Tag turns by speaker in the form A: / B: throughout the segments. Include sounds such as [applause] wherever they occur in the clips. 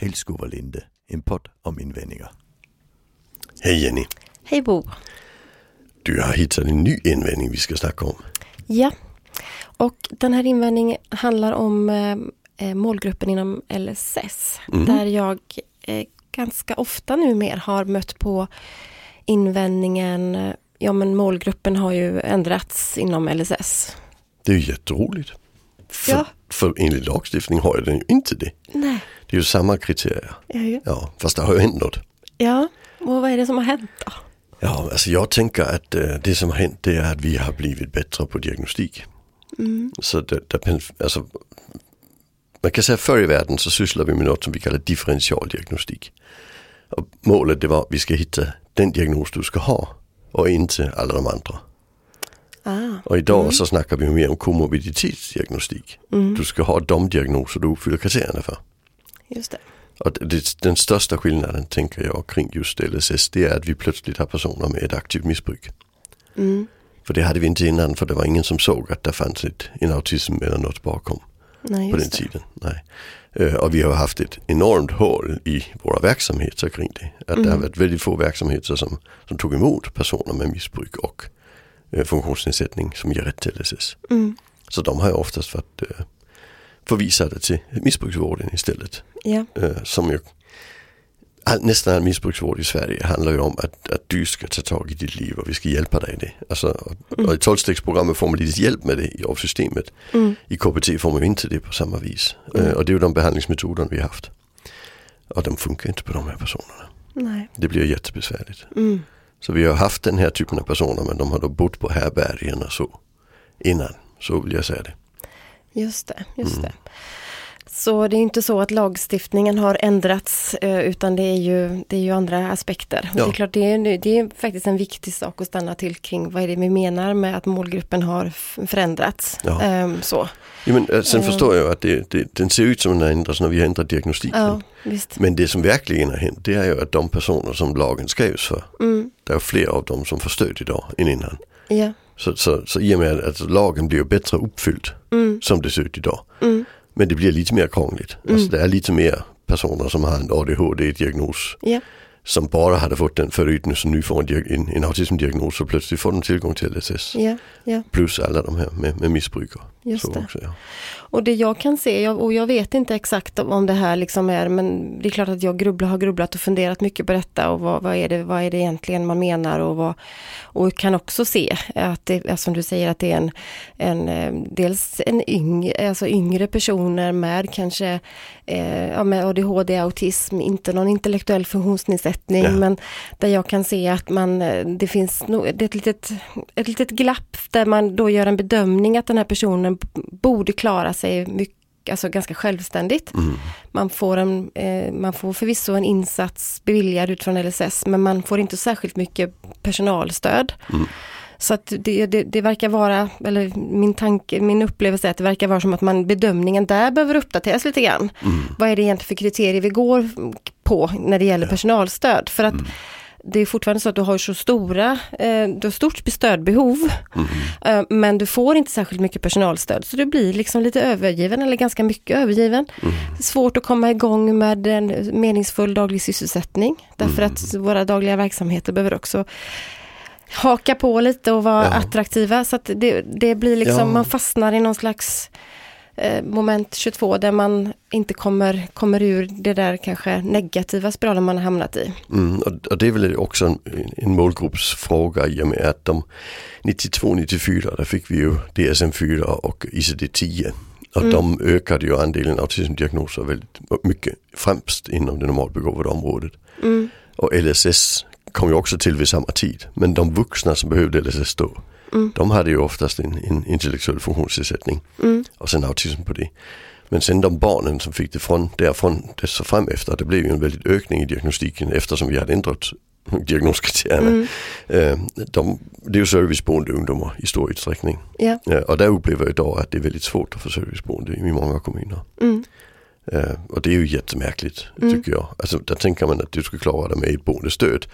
A: Vilskuvalinde, en podd om invändningar.
B: Hej Jenny.
C: Hej Bo.
B: Du har hittat en ny invändning vi ska snacka om.
C: Ja, och den här invändningen handlar om eh, målgruppen inom LSS.
B: Mm.
C: Där jag eh, ganska ofta numera har mött på invändningen, eh, ja men målgruppen har ju ändrats inom LSS.
B: Det är ju jätteroligt. För,
C: Ja.
B: för enligt lagstiftning har ju den ju inte det.
C: Nej,
B: Det är ju samma kriterier.
C: ja, ju.
B: Ja, fast det har ju hänt något.
C: ja, och vad är det som har hänt då?
B: Ja, alltså jag tänker att eh, det som har hänt det är att vi har blivit bättre på diagnostik. Så det, det, pen- alltså, man kan säga förr i världen så sysslade vi med något som vi kallar differentialdiagnostik. Och målet det var att vi ska hitta den diagnos du ska ha och inte alla de andra.
C: Ah,
B: Och idag så snackar vi mer om komorbiditetsdiagnostik. Du ska ha de diagnoser du uppfyller kriterierna för.
C: just det.
B: Och det- det, den största skillnaden tänker jag kring just LSS det är att vi plötsligt har personer med ett aktivt missbruk.
C: Mm.
B: För det hade vi inte innan för det var ingen som såg att det fanns ett, en autism eller något bakom
C: Nej,
B: på den
C: just det.
B: tiden. Nej. Eh, Och vi har haft ett enormt hål i våra verksamheter kring det. Att det
C: Mm.
B: har varit väldigt få verksamheter som, som tog emot personer med missbruk och eh, funktionsnedsättning som ger rätt till LSS.
C: Mm.
B: Så de har ju oftast varit eh, förvisade till missbruksvården istället.
C: Ja,
B: Eh, som ju, all, nästan all missbruksvård i Sverige handlar ju om att, att du ska ta tag i ditt liv och vi ska hjälpa dig i det. Alltså, och, och i tolvstegsprogrammet får man lite hjälp med det i- av systemet.
C: Mm.
B: I KBT får man ju inte det på samma vis. Eh, och det är ju de behandlingsmetoderna vi har haft. Och de funkar inte på de här personerna.
C: nej.
B: Det blir jättebesvärligt.
C: Mm.
B: Så vi har haft den här typen av personer men de har då bott på härbärgen och så. Innan, så vill jag säga det.
C: Just det,
B: Mm.
C: just det. Så det är inte så att lagstiftningen har ändrats eh, utan det är ju, det är ju andra aspekter. Och
B: Ja.
C: Det, är klart, det, är, nu- det är faktiskt en viktig sak att stanna till kring vad är det vi menar med att målgruppen har f- förändrats.
B: Ja.
C: Ehm, så.
B: Ja, men, eh, sen
C: Eh.
B: förstår jag att det, det, den ser ut som den har ändrats när vi har ändrat diagnostiken.
C: Ja, visst.
B: Men det som verkligen har hänt det är ju att de personer som lagen skrevs för,
C: Mm,
B: det är fler av dem som får stöd idag än innan.
C: ja,
B: Så, så, så i och med att lagen blir ju bättre uppfylld
C: mm,
B: som det ser ut idag.
C: mm,
B: Men det blir lite mer krångligt. Alltså det är lite mer personer som har en ADHD-diagnos
C: ja,
B: som bara hade fått den förut nu som nu får en, diag- en, en autismdiagnos så plötsligt får de tillgång till LSS.
C: ja, ja.
B: Plus alla de här med, med missbruk och
C: Just
B: så
C: det.
B: också. Ja.
C: Och det jag kan se, jag- och jag vet inte exakt om- om det här liksom är, men det är klart att jag grubblar, har grubblat och funderat mycket på detta och vad, vad, är, det, vad är det egentligen man menar och vad, och kan också se att det, ja, som du säger att det är en, en eh, dels en yng, alltså yngre personer med kanske eh, ja, med ADHD, autism, inte någon intellektuell funktionsnedsättning,
B: Ja.
C: men där jag kan se att man, eh, det finns nog, det är ett litet, ett litet glapp där man då gör en bedömning att den här personen b- borde klara sig mycket Alltså ganska självständigt.
B: Mm,
C: Man, får en, eh, man får förvisso en insats beviljad utifrån LSS men man får inte särskilt mycket personalstöd.
B: mm,
C: Så att det, det, det verkar vara, eller min tanke, min upplevelse är att det verkar vara som att man, bedömningen där behöver uppdateras lite grann.
B: mm,
C: Vad är det egentligen för kriterier vi går på när det gäller personalstöd? För att det är fortfarande så att du har så stora, eh, du har stort stödbehov,
B: mm.
C: eh, men du får inte särskilt mycket personalstöd. Så du blir liksom lite övergiven, eller ganska mycket övergiven.
B: Mm.
C: Svårt att komma igång med en meningsfull daglig sysselsättning, därför
B: Mm.
C: att våra dagliga verksamheter behöver också haka på lite och vara
B: Ja.
C: attraktiva. Så att det, det blir liksom,
B: Ja.
C: man fastnar i någon slags eh, moment 22 där man inte kommer, kommer ur det där kanske negativa spiralen man har hamnat i.
B: Mm, och, och det är väl också en, en målgruppsfråga i och med att de 92-94 där fick vi ju DSM-4 och ICD-10 och de ökade ju andelen autismdiagnoser väldigt mycket främst inom det normalbegåvade området.
C: Mm,
B: Och LSS kom ju också till vid samma tid men de vuxna som behövde LSS då de hade ju oftast en, en intellektuell funktionsnedsättning
C: mm,
B: och sen autism på det. Men sen de barnen som fick det från därifrån dess och fram efter, det blev ju en väldigt ökning i diagnostiken eftersom vi hade [laughs] ändrat diagnoskriterierna.
C: Mm.
B: Eh, De, det är ju serviceboende ungdomar i stor utsträckning.
C: Ja,
B: Eh, Och där upplever jag idag att det är väldigt svårt att få serviceboende i många kommuner.
C: mm.
B: Eh, Och det är ju jättemärkligt tycker jag. Alltså, där tänker man att du ska klara dig med ett boendestöd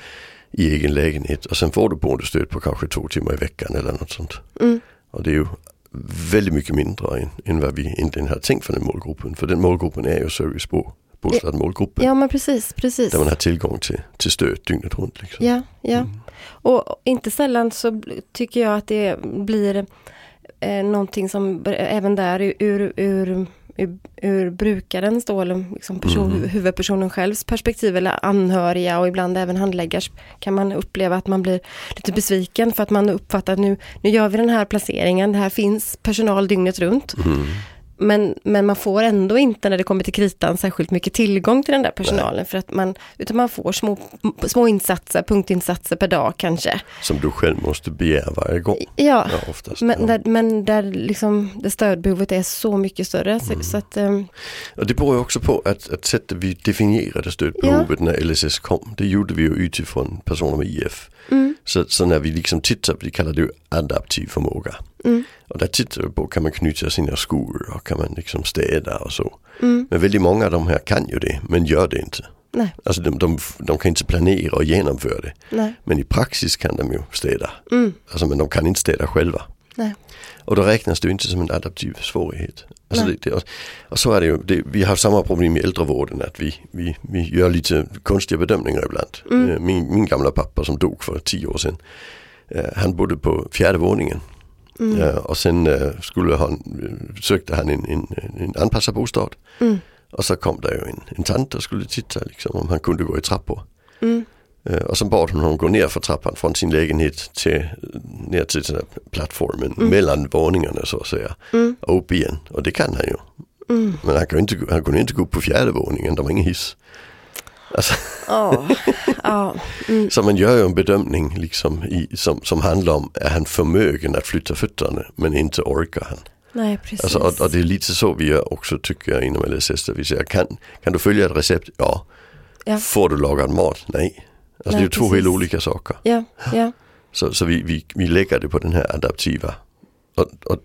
B: i egen lägenhet och sen får du boendestöd på kanske två timmar i veckan eller något sånt.
C: Mm.
B: Och det är ju väldigt mycket mindre än, än vad vi egentligen har tänkt för den målgruppen. För den målgruppen är ju serviceboende bostad målgrupp.
C: Ja men precis, precis.
B: Där man har tillgång till, till stöd dygnet runt. Liksom.
C: Ja, ja. Och inte sällan så bl- tycker jag att det blir eh, någonting som ber- även där ur, ur, ur, ur, ur brukarens då, eller liksom person, hu- huvudpersonen självs perspektiv eller anhöriga och ibland även handläggars kan man uppleva att man blir lite besviken för att man uppfattar att nu, nu gör vi den här placeringen, det här finns personal dygnet runt.
B: Mm-hmm.
C: Men, men man får ändå inte när det kommer till kritan särskilt mycket tillgång till den där personalen. För att man, utan man får små, små insatser, punktinsatser per dag kanske.
B: Som du själv måste begära varje gång.
C: Ja,
B: Ja, oftast.
C: men,
B: ja.
C: där, men där liksom det stödbehovet är så mycket större.
B: Mm.
C: Så, så att, ehm,
B: Och det beror ju också på att, att sättet vi definierade stödbehovet när LSS kom, det gjorde vi ju utifrån personer med IF.
C: mm,
B: Så, så när vi liksom tittar, vi kallar det ju adaptiv förmåga.
C: mm,
B: Och där tittar vi øh, på, kan man knyta sina skor och kan man liksom städa och så.
C: mm,
B: Men väldigt många av de här kan ju det, men gör det inte.
C: nej,
B: Alltså de, de, de kan inte planera och genomföra det.
C: nej, mm,
B: Men i praxis kan de ju städa. Alltså men de kan inte städa själva.
C: nej.
B: Och då räknas det ju inte som en adaptiv svårighet. Alltså det, det, och så är det ju, det, vi har samma problem i äldrevården att vi, vi, vi gör lite konstiga bedömningar ibland. Eh, Min, min gamla pappa som dog för tio år sedan, eh, han bodde på fjärde våningen. Eh, och sen eh, skulle han, eh, sökte han en, en, en anpassad bostad. Och så kom det ju en, en tant och skulle titta liksom, om han kunde gå i trappor. Eh, Och så bad hon honom gå ner för trappan från sin lägenhet till, ner till den här plattformen
C: Mm.
B: mellan våningarna så att säga. Och upp igen, och det kan han ju.
C: mm.
B: Men han, kan ju inte, gå- han kunde inte gå upp på fjärde våningen, det var ingen hiss. Alltså,
C: Ja, [laughs] ja,
B: [laughs] Så man gör ju en bedömning liksom i, som, som handlar om, är han förmögen att flytta fötterna men inte orkar han?
C: nej precis.
B: Alltså, och, och det är lite så vi gör också tycker jag inom LSS, där vi säger, kan, kan du följa ett recept? Ja.
C: Ja.
B: Får du lagad mat? Nej. Alltså, det är
C: Nej,
B: ju två
C: precis.
B: helt olika saker.
C: Ja, ja,
B: Så, så vi, vi, vi lägger det på den här adaptiva. Och, och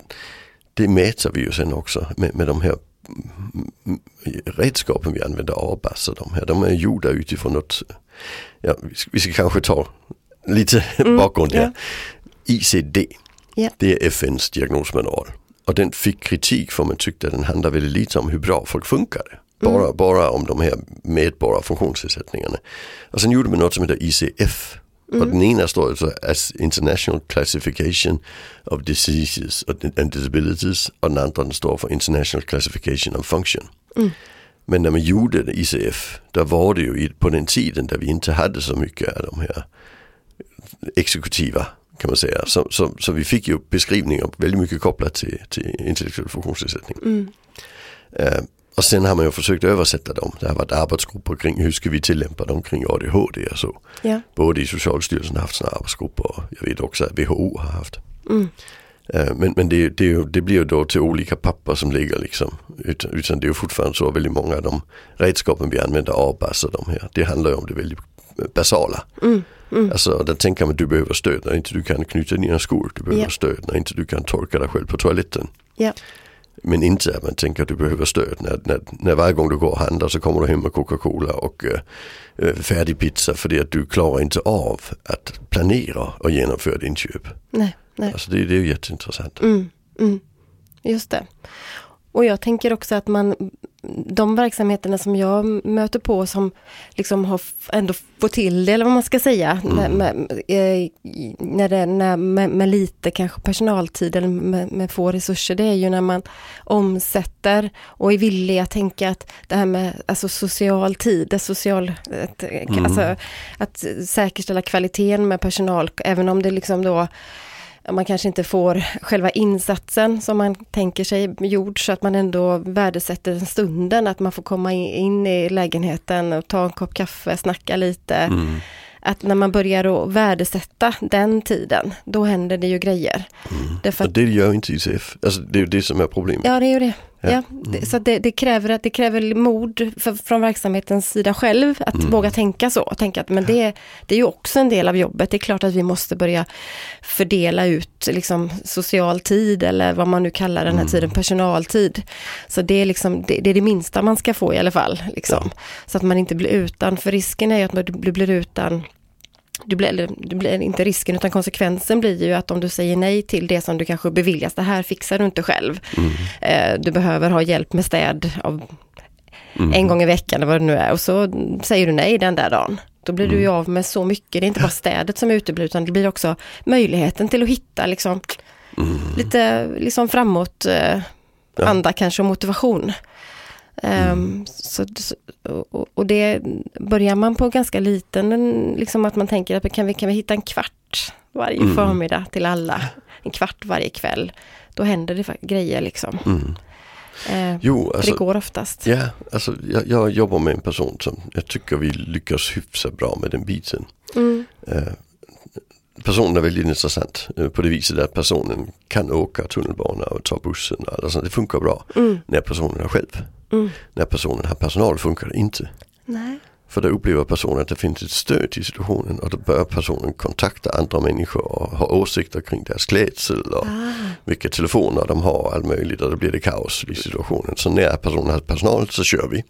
B: det mäter vi ju sen också med, med de här mm, mm, redskapen vi använder avpassar de här. De är gjorda utifrån något, ja, vi, ska, vi ska kanske ta lite bakgrund här.
C: ja.
B: ICD,
C: Ja.
B: det är FNs diagnosmanual. Och den fick kritik för man tyckte att den handlar väldigt lite om hur bra folk funkade. Bara, bara om de här medborgerliga funktionsnedsättningarna. Och sen gjorde man något som heter ICF. Och den ena står alltså as International Classification of Diseases and Disabilities och den andra den står för International Classification of Function. Men när man gjorde det, ICF, där var det ju i- på den tiden där vi inte hade så mycket av de här exekutiva kan man säga. Så, så, så vi fick ju beskrivningar väldigt mycket kopplat till, till intellektuell funktionsnedsättning.
C: mm,
B: Eh, och sen har man ju försökt översätta dem. Det har varit arbetsgrupper kring hur ska vi tillämpa dem kring ADHD och så.
C: ja,
B: Både i Socialstyrelsen har haft sådana arbetsgrupper och jag vet också att WHO har haft. Eh, Men, men det, det, är ju- det blir ju då till olika papper som ligger liksom. Utan, utan det är ju fortfarande så att väldigt många av de redskapen vi använder avpassar de här. Det handlar ju om det øh, väldigt basala. Alltså där tänker man att du behöver stöd när inte du kan knyta dina skor. Du behöver
C: Ja.
B: stöd när inte du kan torka dig själv på toaletten.
C: ja,
B: Men inte att man tänker att du behöver stöd när, när, när varje gång du går och handlar så kommer du hem med Coca-Cola och eh, eh, färdig pizza för det att du klarar inte av att planera och genomföra din köp.
C: nej, nej.
B: Alltså det, det är ju jätteintressant.
C: Mm, Just det. Och jag tänker också att man, de verksamheterna som jag möter på som liksom har f- ändå fått till det, eller vad man ska säga, när, med, eh, när det, när, med, med lite kanske personaltid eller med, med få resurser, det är ju när man omsätter och är villig att tänka att det här med alltså social tid, det social, att, alltså, att säkerställa kvaliteten med personal, även om det liksom då Ja, man kanske inte får själva insatsen som man tänker sig gjord så att man ändå värdesätter den stunden, att man får komma in, in i lägenheten och ta en kopp kaffe, snacka lite.
B: Mm.
C: Att när man börjar att värdesätta den tiden, då händer det ju grejer. Därför
B: Och
C: att,
B: det gör inte ICF. Alltså det är ju det som är problemet.
C: ja, det är ju det.
B: Ja.
C: Ja. det, så att det, det, kräver, att- det kräver mod för, från verksamhetens sida själv att våga tänka så. Och tänka att men det, det är ju också en del av jobbet. Det är klart att vi måste börja fördela ut liksom, social tid eller vad man nu kallar den här tiden, personaltid. Så det är, liksom, det, det är det minsta man ska få i alla fall. Liksom. Så att man inte blir utan, för risken är ju att man- du blir utan du blir, eller, du blir inte risken utan konsekvensen blir ju att om du säger nej till det som du kanske
B: Mm.
C: beviljas, det här fixar du inte själv. Eh, du behöver ha hjälp med städ av en gång i veckan eller vad det nu är och så säger du nej den där dagen. Då blir du ju av med så mycket, det är inte bara städet som uteblir utan det blir också möjligheten till att hitta liksom,
B: Mm.
C: lite liksom framåt eh, anda kanske och motivation. Ehm, så, så- och, och det börjar man på ganska liten, en- liksom att man tänker att kan vi, kan vi hitta en kvart varje förmiddag till alla, en kvart varje kväll, då händer det fa- grejer liksom. Ehm,
B: Mm. Jo,
C: för
B: alltså,
C: det går oftast.
B: ja, alltså jag, jag jobbar med en person som jag tycker vi lyckas hyfsat bra med den biten.
C: Mm,
B: Eh, Personen är väldigt intressant eh, på det viset att personen kan åka tunnelbana och ta bussen. Och alla sånt. Det funkar bra
C: mm,
B: när personen är själv.
C: mm.
B: När personen har personal funkar det inte.
C: Nej.
B: För där upplever personen att det finns ett stöd i situationen och då börjar personen kontakta andra människor och ha åsikter kring deras klädsel och
C: Ah.
B: vilka telefoner de har och allt möjligt och då blir det kaos i situationen. Så när personen har personal så kör vi.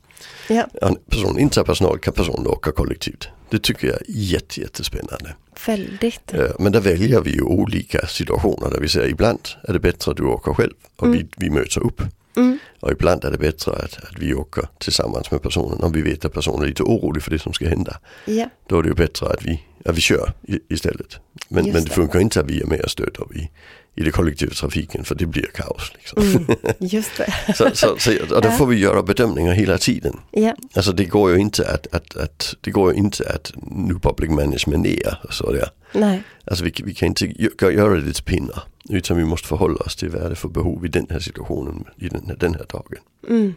C: Ja,
B: Och när personen inte har personal kan personen åka kollektivt. Det tycker jag är jätte, jättespännande.
C: väldigt.
B: Eh, Men där väljer vi ju olika situationer där vi säger ibland är det bättre att du åker själv och vi, vi möts upp.
C: Mm,
B: Och ibland är det bättre att, att vi åker tillsammans med personen om vi vet att personen är lite orolig för det som ska hända.
C: ja.
B: Då är det ju bättre att vi, att vi kör i, istället. Men,
C: Just
B: men det
C: det.
B: funkar inte att vi är med och stöder i, i det kollektiva trafiken för det blir kaos. Liksom.
C: Mm, just det.
B: [laughs] Så, så, så, och då får vi göra bedömningar hela tiden.
C: Ja,
B: Alltså det går ju inte att, att, att, det går ju inte att nu public management ner och så där.
C: nej.
B: Alltså vi, vi kan inte gö- göra det till pinnar. Utan vi måste förhålla oss till vad är det för behov i den här situationen, i den här, den här dagen.
C: Mm.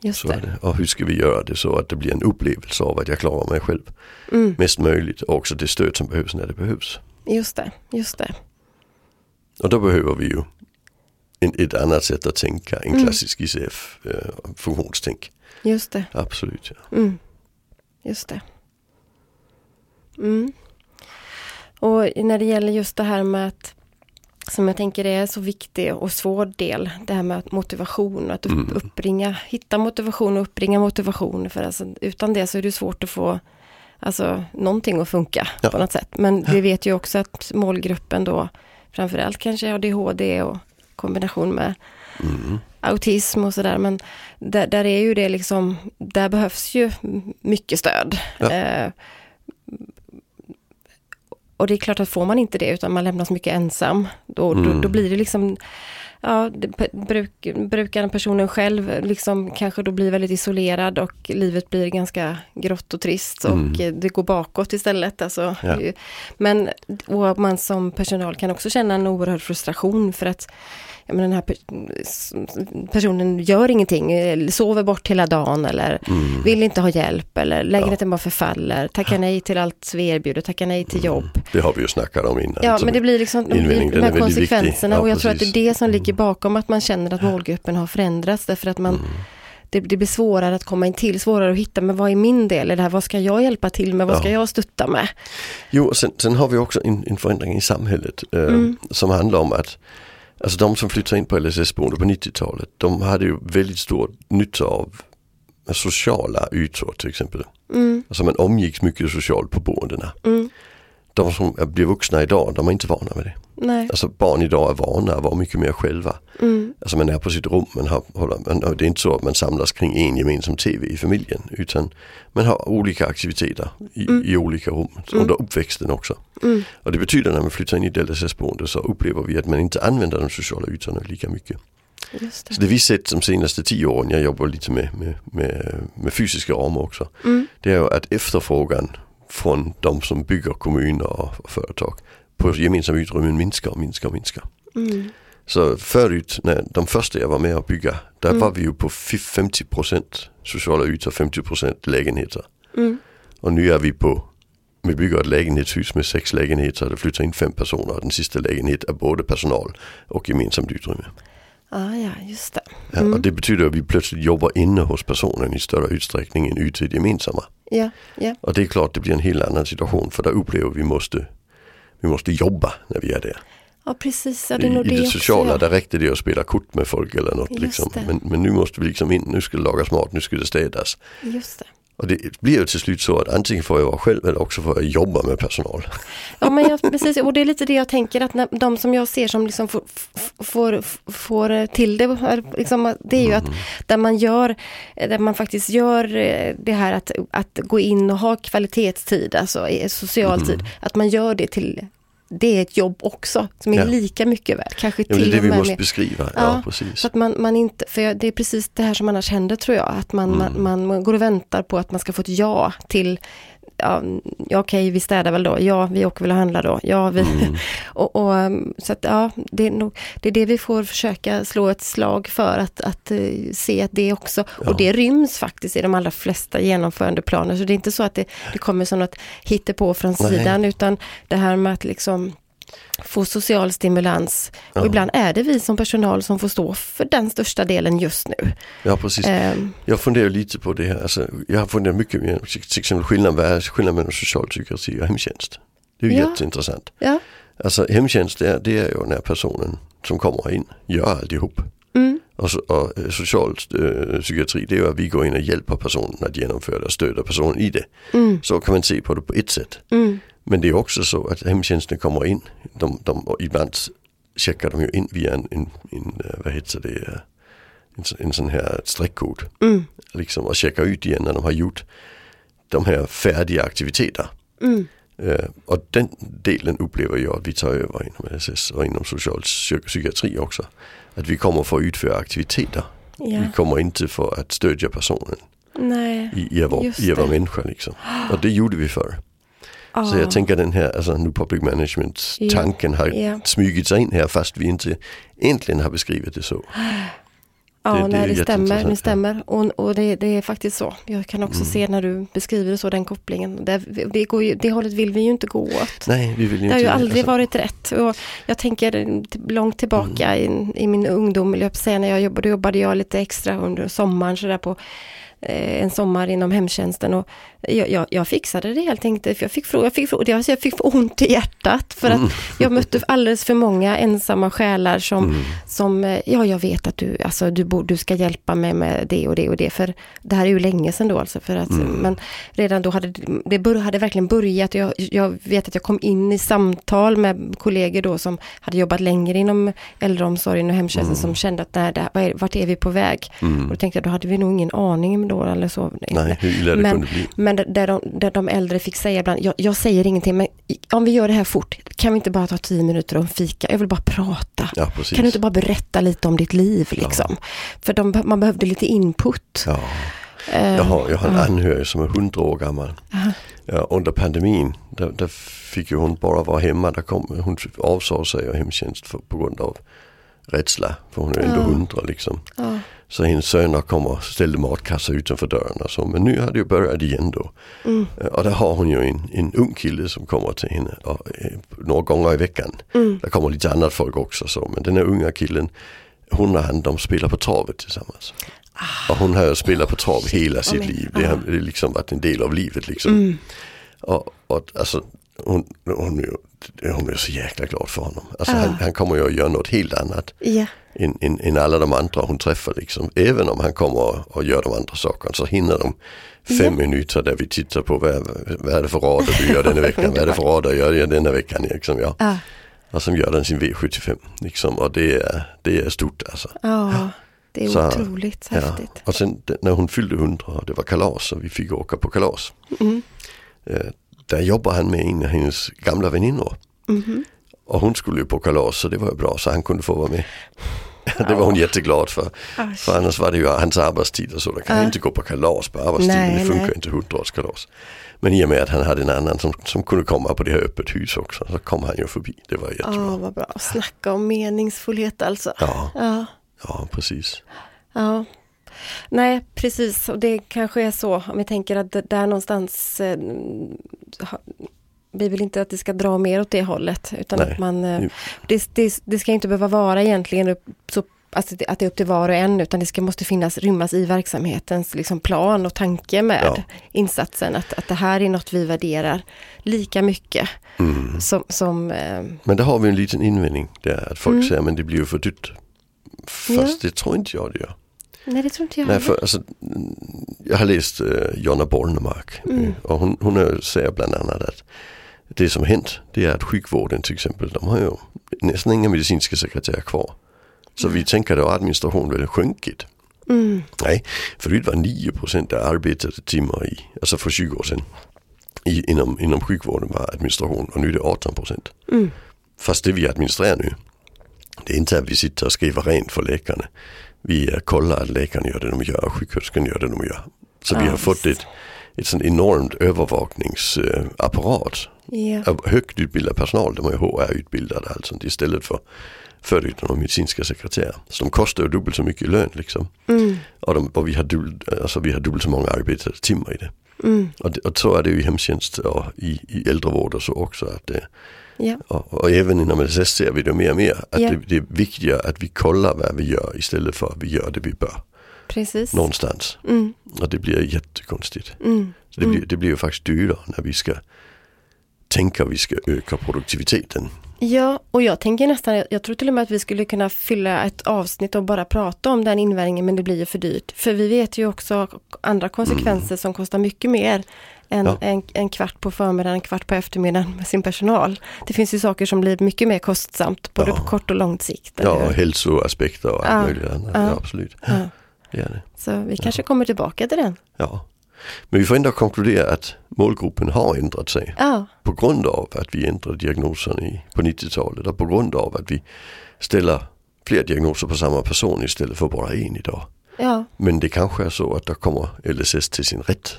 C: Just
B: Så
C: det.
B: är det. Och hur ska vi göra det så att det blir en upplevelse av att jag klarar mig själv
C: Mm,
B: mest möjligt och också det stöd som behövs när det behövs.
C: just det, just det.
B: Och då behöver vi ju en, ett annat sätt att tänka, en
C: Mm.
B: klassisk ICF eh, funktionstänk.
C: Just det.
B: Absolut. Ja.
C: Mm. Just det. Mm. Och när det gäller just det här med att som jag tänker är en så viktig och svår del, det här med att motivation, att upp, uppringa, hitta motivation och uppringa motivation. För alltså, utan det så är det svårt att få alltså, någonting att funka
B: Ja.
C: på något sätt. Men vi vet ju också att målgruppen då, framförallt kanske ADHD och kombination med
B: Mm.
C: autism och sådär. Men där, där är ju det liksom, där behövs ju mycket stöd.
B: Ja.
C: Eh, och det är klart att får man inte det utan man lämnas mycket ensam, då,
B: Mm.
C: då, då blir det liksom, ja, det, pe- bruk, brukaren, personen själv, liksom kanske då blir väldigt isolerad och livet blir ganska grått och trist och eh, det går bakåt istället. Alltså,
B: Mm. Ja.
C: ju. Men och man som personal kan också känna en oerhörd frustration för att ja, men den här pe- s- personen gör ingenting, eh, sover bort hela dagen eller
B: Mm.
C: vill inte ha hjälp eller lägenheten bara förfaller, tackar nej till allt vi erbjuder, tackar nej
B: Mm.
C: till jobb.
B: Det har vi ju snackat om innan.
C: Ja,
B: Så-
C: men det blir liksom de,
B: invändning,
C: de
B: den är
C: här
B: väldigt viktig.
C: konsekvenserna
B: Ja,
C: och jag tror att det är
B: precis. Mm.
C: det som ligger bakom att man känner att målgruppen har förändrats därför att man det, det blir svårare att komma in till, svårare att hitta, men vad är min del i det här, vad ska jag hjälpa till med, vad ska
B: Ja.
C: jag stötta med?
B: Jo, och sen, sen har vi också en, en förändring i samhället eh, som handlar om att alltså de som flyttar in på LSS-boende på 90-talet, de hade ju väldigt stor nytta av sociala ytor till exempel. Alltså man omgicks mycket socialt på boendena.
C: Mm.
B: De som blir vuxna idag, de är inte vana med det.
C: Nej,
B: Alltså barn idag är vana att vara mycket mer själva.
C: mm.
B: Alltså man är på sitt rum, man har, håller, man, det är inte så att man samlas kring en gemensam TV i familjen. Utan man har olika aktiviteter i, i olika rum under uppväxten också.
C: Mm.
B: Och det betyder när man flyttar in i ett LSS-boende så upplever vi att man inte använder de sociala ytorna lika mycket.
C: just
B: Så
C: det.
B: det vi sett de senaste tio åren, jag jobbar lite med, med, med, med fysiska ramar också,
C: Mm.
B: det är ju att efterfrågan från de som bygger kommuner och företag på gemensamma utrymmen minskar och minskar och minskar.
C: Mm.
B: Så förut, när de första jag var med och bygga, där var vi ju på fi- 50% sociala ytor, 50% lägenheter.
C: Mm.
B: Och nu är vi på, vi bygger ett lägenhetshus med sex lägenheter, det flyttar in fem personer och den sista lägenheten är både personal och gemensamt utrymme.
C: Ah, ja, just det. Mm.
B: Ja, Och det betyder att vi plötsligt jobbar inne hos personen i större utsträckning än ute i det gemensamma.
C: Ja, ja,
B: Och det är klart det blir en helt annan situation för där upplever vi måste, vi måste jobba när vi är där.
C: ja precis. Ja, det är
B: I,
C: nog
B: I det
C: också,
B: sociala,
C: ja.
B: där räckte det att spela kort med folk eller något.
C: Just
B: Liksom.
C: det.
B: Men, men nu måste vi liksom in, nu ska det lagas mat, nu ska det städas.
C: Just det.
B: Och det blir ju till slut så att antingen får jag vara själv eller också får jag jobba med personal.
C: Ja, men jag, precis, och det är lite det jag tänker att när, de som jag ser som liksom får, får, får till det, är liksom, det är ju
B: Mm.
C: att där man gör, där man faktiskt gör eh, det här att, att gå in och ha kvalitetstid, alltså eh, social
B: Mm.
C: tid, att man gör det till det är ett jobb också som är
B: Ja.
C: lika mycket värt. Kanske
B: Ja, men
C: till
B: det är det
C: och
B: vi
C: med
B: måste
C: mer.
B: beskriva. Ja,
C: Ja,
B: precis.
C: Så att man, man inte, för jag- det är precis det här som annars händer tror jag, att man,
B: Mm.
C: man, man går och väntar på att man ska få ett ja till, ja, ja okej vi städar väl då, ja vi åker väl och handlar då, ja vi,
B: Mm.
C: [laughs] och, och, um, så att ja, det är, nog, det är det vi får försöka slå ett slag för, att, att eh, se att det också, och det ryms faktiskt i de allra flesta genomförandeplaner, så det är inte så att det, det kommer som något hittepå från
B: Nej.
C: sidan, utan det här med att liksom få social stimulans. Och ibland är det vi som personal som får stå för den största delen just nu.
B: Ja, precis.
C: Ehm,
B: Jag funderar lite på det här. Alltså, jag har funderat mycket mer, till exempel skillnaden, vad är skillnaden mellan socialpsykiatri och hemtjänst. Det är ju
C: Ja.
B: jätteintressant.
C: ja.
B: Alltså hemtjänst det är, det är ju när personen som kommer in gör alltihop.
C: Mm.
B: Och, så, och eh, social eh, psykiatri det är ju att vi går in och hjälper personen att genomföra det och stöder personen i det.
C: Mm.
B: Så kan man se på det på ett sätt.
C: Mm.
B: Men det är också så att hemtjänsten kommer in, de, de, och ibland checkar de ju in via en, en, en eh, vad heter det, eh, en, så- en sån här streckkod.
C: Mm.
B: Liksom, och checkar ut igen när de har gjort de här färdiga aktiviteter.
C: Mm.
B: Eh, och den delen upplever jag att vi tar över inom LSS och inom social psy- psykiatri också. Att vi kommer för att utföra aktiviteter.
C: ja.
B: Vi kommer inte för att stödja personen
C: Nej.
B: i, i, att vara-
C: Just
B: i att vara
C: det.
B: människa. Liksom. Och det gjorde vi förr.
C: Ja.
B: Så jag tänker den här, alltså nu public management
C: Ja,
B: tanken har
C: ja.
B: smugit sig in här fast vi inte egentligen har beskrivit det så.
C: Ja,
B: det- det Mm.
C: det,
B: är
C: ah, nej, det stämmer.
B: jätteintressant, ja.
C: Det stämmer. Och, och det, det är faktiskt så. Jag kan också se när du beskriver det så, den kopplingen. Det, det, går ju, det hållet vill vi ju inte gå åt.
B: Nej, vi vill
C: Det
B: inte.
C: har ju aldrig
B: alltså,
C: varit rätt. Och jag tänker eh, t- långt tillbaka i, i min ungdom, vill jag säga, när jag jobbade, då jobbade jag lite extra under sommaren, så där på eh, en sommar inom hemtjänsten. Och jag, jag, jag fixade det helt enkelt. För jag, fick fråga, jag, fick fråga, jag fick ont i hjärtat för att
B: Mm.
C: jag mötte alldeles för många ensamma själar som,
B: mm,
C: som eh, ja jag vet att du, alltså, du, bor- du ska hjälpa mig med det och det och det. För det här är ju länge sedan då alltså. För att, Men redan då hade det- det bör, hade verkligen börjat. Jag, jag vet att jag kom in i samtal med kollegor då som hade jobbat längre inom äldreomsorgen och hemtjänsten som kände att nej, det här, vad är- vart är vi på väg? Och då tänkte jag, då hade vi nog ingen aning då eller så.
B: Mm. Nej, hur illa det
C: men,
B: kunde bli.
C: Men där- där de, där de äldre fick säga ibland, jag, jag säger ingenting, men i- om vi gör det här fort, kan vi inte bara ta tio minuter och en fika? Jag vill bara prata.
B: Ja, precis.
C: Kan du inte bara berätta lite om ditt liv liksom? För de, be- man behövde lite input.
B: Ja.
C: Eh,
B: Jag har, jag har en anhörig som är 100 år gammal.
C: Aha.
B: Ja, under pandemin, där, där fick ju hon bara vara hemma. Där kom, hon avsade sig av hemtjänst för, på grund av rädsla. För hon är ändå 100 liksom.
C: ja.
B: Så hennes söner kom och ställde matkassar utanför dörren och så. Men nu har det ju börjat igen då. Eh, Och där har hon ju en, en ung kille som kommer till henne och, eh, några gånger i veckan. Där kommer lite annat folk också så. Men den här unga killen, hon och han de spelar på travet tillsammans. Och hon har ju spelat på trav hela sitt
C: men-
B: liv. Det har det har liksom varit en del av livet liksom. Och, och alltså, hon, hon, är ju, hon är så jäkla glad för honom. Alltså, han, han kommer ju att göra något helt annat
C: Ja.
B: än, än, än alla de andra hon träffar. Liksom. Även om han kommer och- och gör de andra sakerna så hinner de fem minuter där vi tittar på vad, vad är det för rader du gör denna veckan, vad är det för rader jag gör denna veckan. Liksom, ja.
C: Ja.
B: Och som gör den sin V75. Liksom, och det är, det är stort alltså.
C: ja, det är
B: Så-
C: otroligt häftigt.
B: Och sen d- när hon fyllde 100 och det var kalas och vi fick åka på kalas.
C: Mm.
B: Eh, där jobbar han med en av hennes gamla väninnor.
C: Mhm.
B: Och hon skulle ju på kalas så det var ju bra så han kunde få vara med. [laughs] det var hon jätteglad för.
C: Ah,
B: För annars var det ju hans arbetstid och så. Där kan han inte gå på kalas på arbetstiden.
C: Nej,
B: det funkar
C: nej.
B: inte hundraårskalas. Men i och med att han hade en annan som, som kunde komma på det här öppet hus också. Så kom han ju förbi. Det var
C: Ja,
B: jättebra.
C: vad bra. Snacka om meningsfullhet alltså.
B: Ja,
C: Ja.
B: ja precis.
C: Ja. Nej, precis. Och det kanske är så, om vi tänker att det- där någonstans, eh, ha- vi vill inte att det ska dra mer åt det hållet, utan
B: Nej.
C: att man, eh,
B: Jo.
C: det, det, det ska inte behöva vara egentligen upp, så, alltså, det- att det är upp till var och en, utan det ska, måste finnas, rymmas i verksamhetens liksom, plan och tanke med
B: Ja.
C: insatsen, att, att det här är något vi värderar lika mycket som, som eh,
B: Mm. Men där har vi en
C: Mm.
B: liten invändning. Det är att folk säger men det blir ju för dyrt. Fast det tror inte jag det gör.
C: Nej, det tror inte jag.
B: Nej, för, alltså, jag har läst eh, Jonna Bornemark eh, och hon, hon eh, säger bland annat att det som hänt det är att sjukvården till exempel, de har ju nästan inga medicinska sekreterare kvar. Så vi tänker att administrationen väl sjunkit.
C: Mm.
B: Nej, förut var 9% av arbetade timmar i, alltså för 20 år sedan, i, inom, inom sjukvården var administration och nu är det 18%.
C: Mm.
B: Fast det vi administrerar nu, det är inte att vi sitter och skriver rent för läkarna. Vi eh, kollar att läkarna gör det de gör och sjuksköterskan gör det de gör. Så vi
C: Ja,
B: har fått
C: visst.
B: ett, ett sånt enormt Øh, övervakningsapparat
C: Ja.
B: av högt utbildad personal, de är HR-utbildade alltså istället för för utan de medicinska sekreterare. Så de kostar ju dubbelt så mycket i lön liksom.
C: Mm.
B: Och, de, och vi, har dubbelt, alltså vi har dubbelt så många arbetade timmar i det.
C: Mm.
B: Och, det, och så är det ju i hemtjänst och i, i äldrevård och så också. Att det,
C: Ja.
B: och, och även inom LSS ser vi det mer och mer. Att
C: Ja.
B: det, det är viktigare att vi kollar vad vi gör istället för att vi gör det vi bör.
C: Precis.
B: Någonstans.
C: Mm.
B: Och det blir jättekonstigt.
C: Mm.
B: Så det, blir, det blir ju faktiskt dyrare när vi ska tänka att vi ska öka produktiviteten.
C: Ja, och jag tänker nästan, jag tror till och med att vi skulle kunna fylla ett avsnitt och bara prata om den invändningen, men det blir ju för dyrt. För vi vet ju också andra konsekvenser som kostar mycket mer än
B: Ja.
C: en, en kvart på förmiddagen, en kvart på eftermiddagen med sin personal. Det finns ju saker som blir mycket mer kostsamt, både
B: Ja.
C: på kort och lång sikt. eller
B: Ja, och
C: hur?
B: hälsoaspekter och
C: Ja,
B: allt möjligt annat.
C: ja.
B: Ja. absolut.
C: Ja.
B: Det är det.
C: Så vi kanske kommer tillbaka till den.
B: Ja. Men vi får ändå konkludera att målgruppen har ändrat sig
C: Ja,
B: på grund av att vi ändrade diagnoserna i, på 90-talet och på grund av att vi ställer fler diagnoser på samma person istället för bara en idag.
C: ja,
B: Men det kanske är så att där kommer LSS till sin rätt.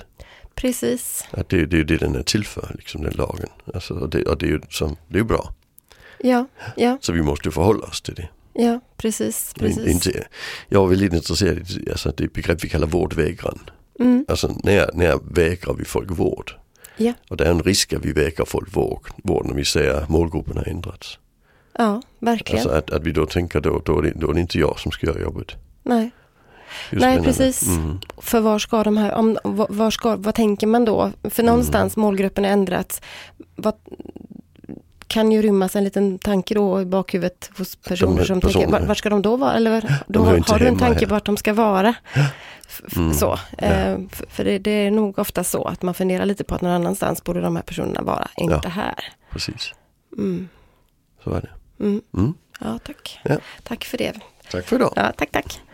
C: precis.
B: Att det, det är ju det den är till för, liksom den lagen. Alltså, och det, och det är ju som, det är ju bra.
C: Ja, ja,
B: Så vi måste förhålla oss till det.
C: ja, precis,
B: In-
C: precis.
B: Inte, jag är väldigt intresserad i alltså, det begrepp vi kallar vårdvägran.
C: Mm.
B: Alltså när, när vägrar vi folk vård?
C: Ja.
B: Och det är en risk att vi vägrar folk vård, vård när vi säger att målgruppen har ändrats.
C: Ja, verkligen.
B: Alltså att, att vi då tänker då, då, är det, då är det inte jag som ska göra jobbet.
C: Nej.
B: Det är
C: Nej,
B: spännande.
C: precis.
B: Mm.
C: För var ska de här, om, var- var ska, vad tänker man då? För
B: Mm.
C: någonstans målgruppen har ändrats. Vad, kan ju rymmas en liten tanke då i bakhuvudet hos personer
B: här
C: som
B: personerna.
C: tänker, var, var ska de då vara? Eller var- då
B: hör
C: har,
B: inte
C: har du en
B: hemma
C: tanke
B: här.
C: vart de ska vara? F- f-
B: Mm.
C: Så, eh, f- för det, det är nog ofta så att man funderar lite på att någon annanstans borde de här personerna vara, inte
B: Ja.
C: här.
B: precis.
C: Mm.
B: Så är det.
C: Mm.
B: Mm.
C: Ja, tack.
B: Ja.
C: Tack för det.
B: Tack för idag.
C: Ja, tack, tack.
B: Mm.